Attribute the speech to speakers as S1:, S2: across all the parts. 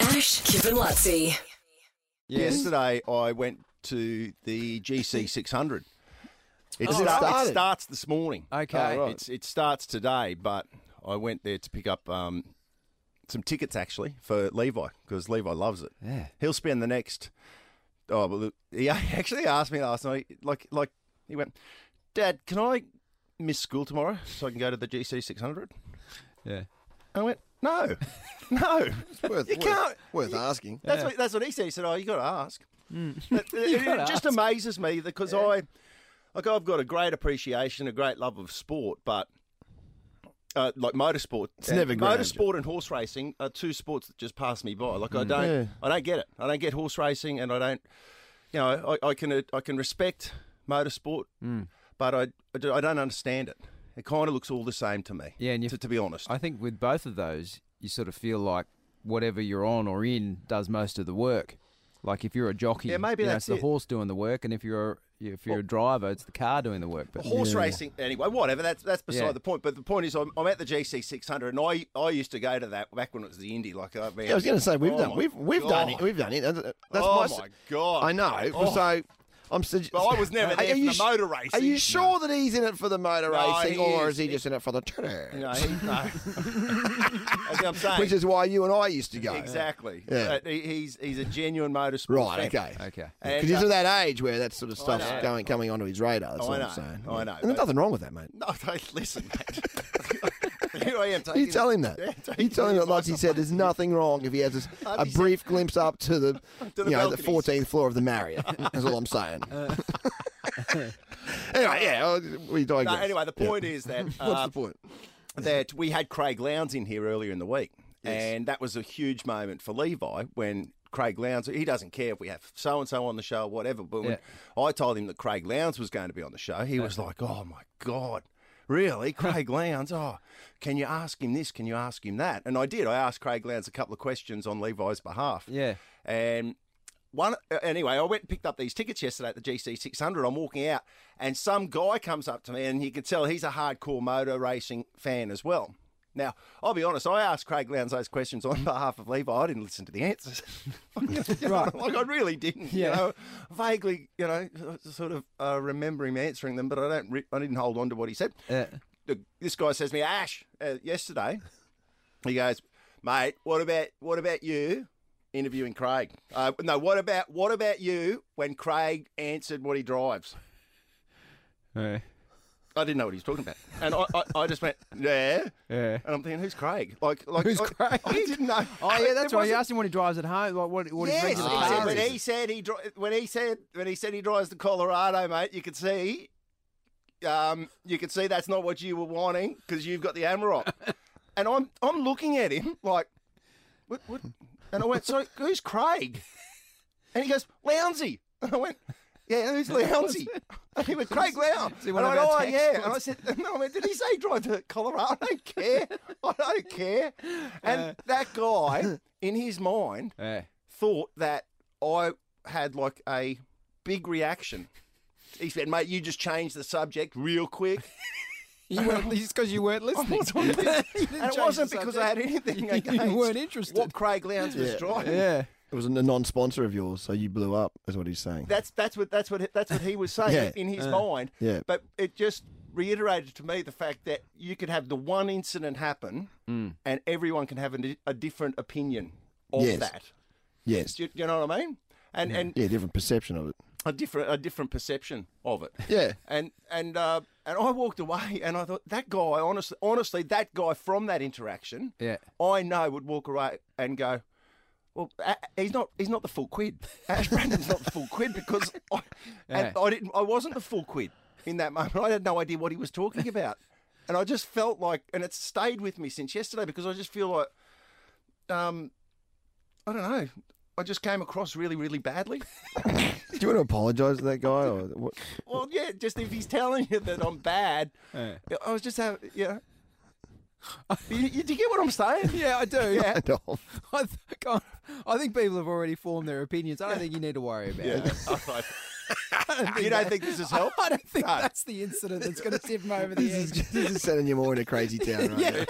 S1: Ash, Kip and Lutzi.
S2: Yesterday, I went to the GC 600. It,
S3: Oh,
S2: sta-
S3: right.
S2: it
S3: Started.
S2: starts this morning.
S3: Okay.
S2: Uh,
S3: Oh, right.
S2: It's, it starts today, but I went there to pick up um, some tickets actually for Levi because Levi loves it.
S3: Yeah.
S2: He'll spend the next. Oh, but look, he actually asked me last night. Like, like he went, Dad, can I miss school tomorrow so I can go to the GC 600?
S3: Yeah.
S2: I went, No, no.
S4: Worth,
S2: You
S4: worth,
S2: can't-
S4: worth asking.
S2: That's, what, that's what he said. He said, "Oh, you got to ask." That- it- it
S3: Hmm. gotta
S2: just
S3: ask.
S2: amazes me because I, like, I've got a great appreciation, a great love of sport, but uh, like motorsport, it's
S4: never grand.
S2: motorsport and horse racing are two sports that just pass me by.
S3: Hmm.
S2: Like I don't,
S4: Yeah.
S2: I don't get it. I don't get horse racing, and I don't, you know, I, I can uh, I can respect motorsport,
S3: Hmm.
S2: but I I do- I don't understand it. It kind of looks all the same to me.
S3: Yeah, and you-
S2: to, to be honest,
S3: I think with both of those, you sort of feel like whatever you're on or in does most of the work. Like if you're a jockey,
S2: Yeah, maybe
S3: you know,
S2: that's
S3: it's the
S2: it.
S3: horse doing the work, and if you're if you're a driver, it's the car doing the work. But
S2: horse racing anyway whatever that's that's beside
S3: Yeah.
S2: the point but the point is I'm, I'm at the gc 600 and i i used to go to that back when it was the indy like i mean
S4: Yeah, I was going to say we've
S2: Oh
S4: done
S2: my
S4: we've we've done
S2: God.
S4: it we've done it. That's that's
S2: oh
S4: my,
S2: my
S4: s-
S2: god
S4: I know.
S2: Oh.
S4: So I'm. Sug-
S2: Well, I was never there for the
S4: sh-
S2: motor racing.
S4: Are you sure that he's in it for the motor
S2: No,
S4: racing,
S2: he
S4: or
S2: is.
S4: is he
S2: He-
S4: just in it for the cheddar?
S2: you know, he- no. that's what i'm saying
S4: Which is why you and I used to go.
S2: exactly
S4: Yeah.
S2: Uh, he- he's he's a genuine motorsport
S4: Right.
S2: fan.
S4: Okay.
S3: Okay.
S2: And,
S4: Because he's
S2: uh,
S4: at that age where that sort of stuff's
S2: know. Oh,
S4: going coming onto his radar. That's
S2: I
S4: all
S2: know,
S4: I'm saying.
S2: I know,
S4: And there's
S2: but-
S4: nothing wrong with that, mate.
S2: no don't listen mate. here i am taking
S4: You tell him that.
S2: Yeah, taking
S4: You tell him that, like
S2: advice
S4: he
S2: on
S4: said, there's nothing wrong if he has a, a
S2: he said-
S4: brief glimpse up to the,
S2: To the Uh,
S4: you know, the
S2: balconies.
S4: 14th floor of the Marriott. That's all I'm saying. anyway, yeah, uh, we
S2: my-
S4: digress.
S2: no, anyway the point is that
S4: What's
S2: uh,
S4: the point?
S2: that we had Craig Lowndes in here earlier in the week, and that was a huge moment for Levi when Craig Lowndes. He doesn't care if we have so and so on the show, whatever. But when I told him that Craig Lowndes was going to be on the show, he was like, "Oh my god." Really, Craig Lowndes? Oh, can you ask him this? Can you ask him that? And I did. I asked Craig Lowndes a couple of questions on Levi's behalf.
S3: Yeah.
S2: And Um, one uh, anyway, I went and picked up these tickets yesterday at the GC 600. I'm walking out, and some guy comes up to me, and you can tell he's a hardcore motor racing fan as well. Now, I'll be honest. I asked Craig Lowndes those questions on behalf of Levi. I didn't listen to the answers. right. Like I really didn't. You
S3: Yeah.
S2: know, vaguely, you know, sort of uh, remember him answering them, but I don't. Re- I didn't hold on to what he said
S3: Yeah.
S2: the, this guy says to me, Ash, uh, yesterday, he goes, mate, what about what about you interviewing Craig? Uh, no, what about what about you when Craig answered what he drives?
S3: Yeah.
S2: I didn't know what he was talking about, and I, I, I just went, Oh, yeah,
S3: Yeah.
S2: and I'm thinking, who's Craig? Like, like
S3: Who's
S2: I,
S3: Craig?
S2: I didn't know.
S3: Oh
S2: There
S3: yeah, that's right. You
S2: wasn't-
S3: asked him when he drives at home, like what what
S2: Yes,
S3: his
S2: he
S3: regular
S4: Ah,
S2: said,
S3: car
S2: when
S3: is.
S2: he said he dri- when he said when he said he drives the Colorado, mate, you could see, um, you could see that's not what you were wanting because you've got the Amarok, and I'm I'm looking at him like, what, what? and I went, so who's Craig? And he goes, Lounsey. And I went. Yeah, who's Lounsey? And he went, Craig Lown.
S3: he
S2: And
S3: one
S2: I
S3: of
S2: went,
S3: our
S2: oh,
S3: techs?
S2: yeah. And I said, no, I went, did he say drive to Colorado? I don't care. I don't care. And
S3: Uh.
S2: that guy, in his mind,
S3: Yeah.
S2: thought that I had like a big reaction. He said, "Mate, you just changed the subject real quick."
S3: You weren't, it's because you weren't listening.
S2: and it wasn't because I had anything
S3: You
S2: against
S3: weren't interested.
S2: what Craig Lowndes was driving.
S3: Yeah.
S4: It was a non-sponsor of yours, so you blew up, is what he's saying.
S2: That's that's what that's what that's what he was saying
S4: Yeah. Uh,
S2: in his mind.
S4: Yeah.
S2: But it just reiterated to me the fact that you could have the one incident happen,
S4: Mm.
S2: and everyone can have a, a different opinion of
S4: Yes.
S2: that.
S4: yes.
S2: Do you, do you know what I mean? And and
S4: Yeah, different perception of it.
S2: a different a different perception of it.
S4: Yeah.
S2: And and uh, and I walked away and I thought that guy honestly honestly that guy from that interaction
S3: Yeah.
S2: I know would walk away and go well A- he's not he's not the full quid Ash Brandon's not the full quid because I, and
S3: Yeah.
S2: I didn't I wasn't the full quid in that moment I had no idea what he was talking about and I just felt like and it's stayed with me since yesterday because I just feel like um I don't know I just came across really really badly.
S4: Do you want to apologise to that guy? Or what?
S2: Well, yeah, just if he's telling you that I'm bad,
S3: Yeah.
S2: I was just having, you know. you, you, do you get what I'm saying?
S3: Yeah, I do.
S2: Yeah.
S4: No.
S3: I think, I, I think people have already formed their opinions. I don't think you need to worry about it.
S2: you don't think this has helped?
S3: I don't think
S2: No.
S3: that's the incident that's going to tip him over the
S4: this,
S3: edge.
S4: is, this is sending you more into crazy town right now.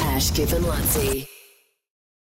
S1: Ash, Kip and Lutzi.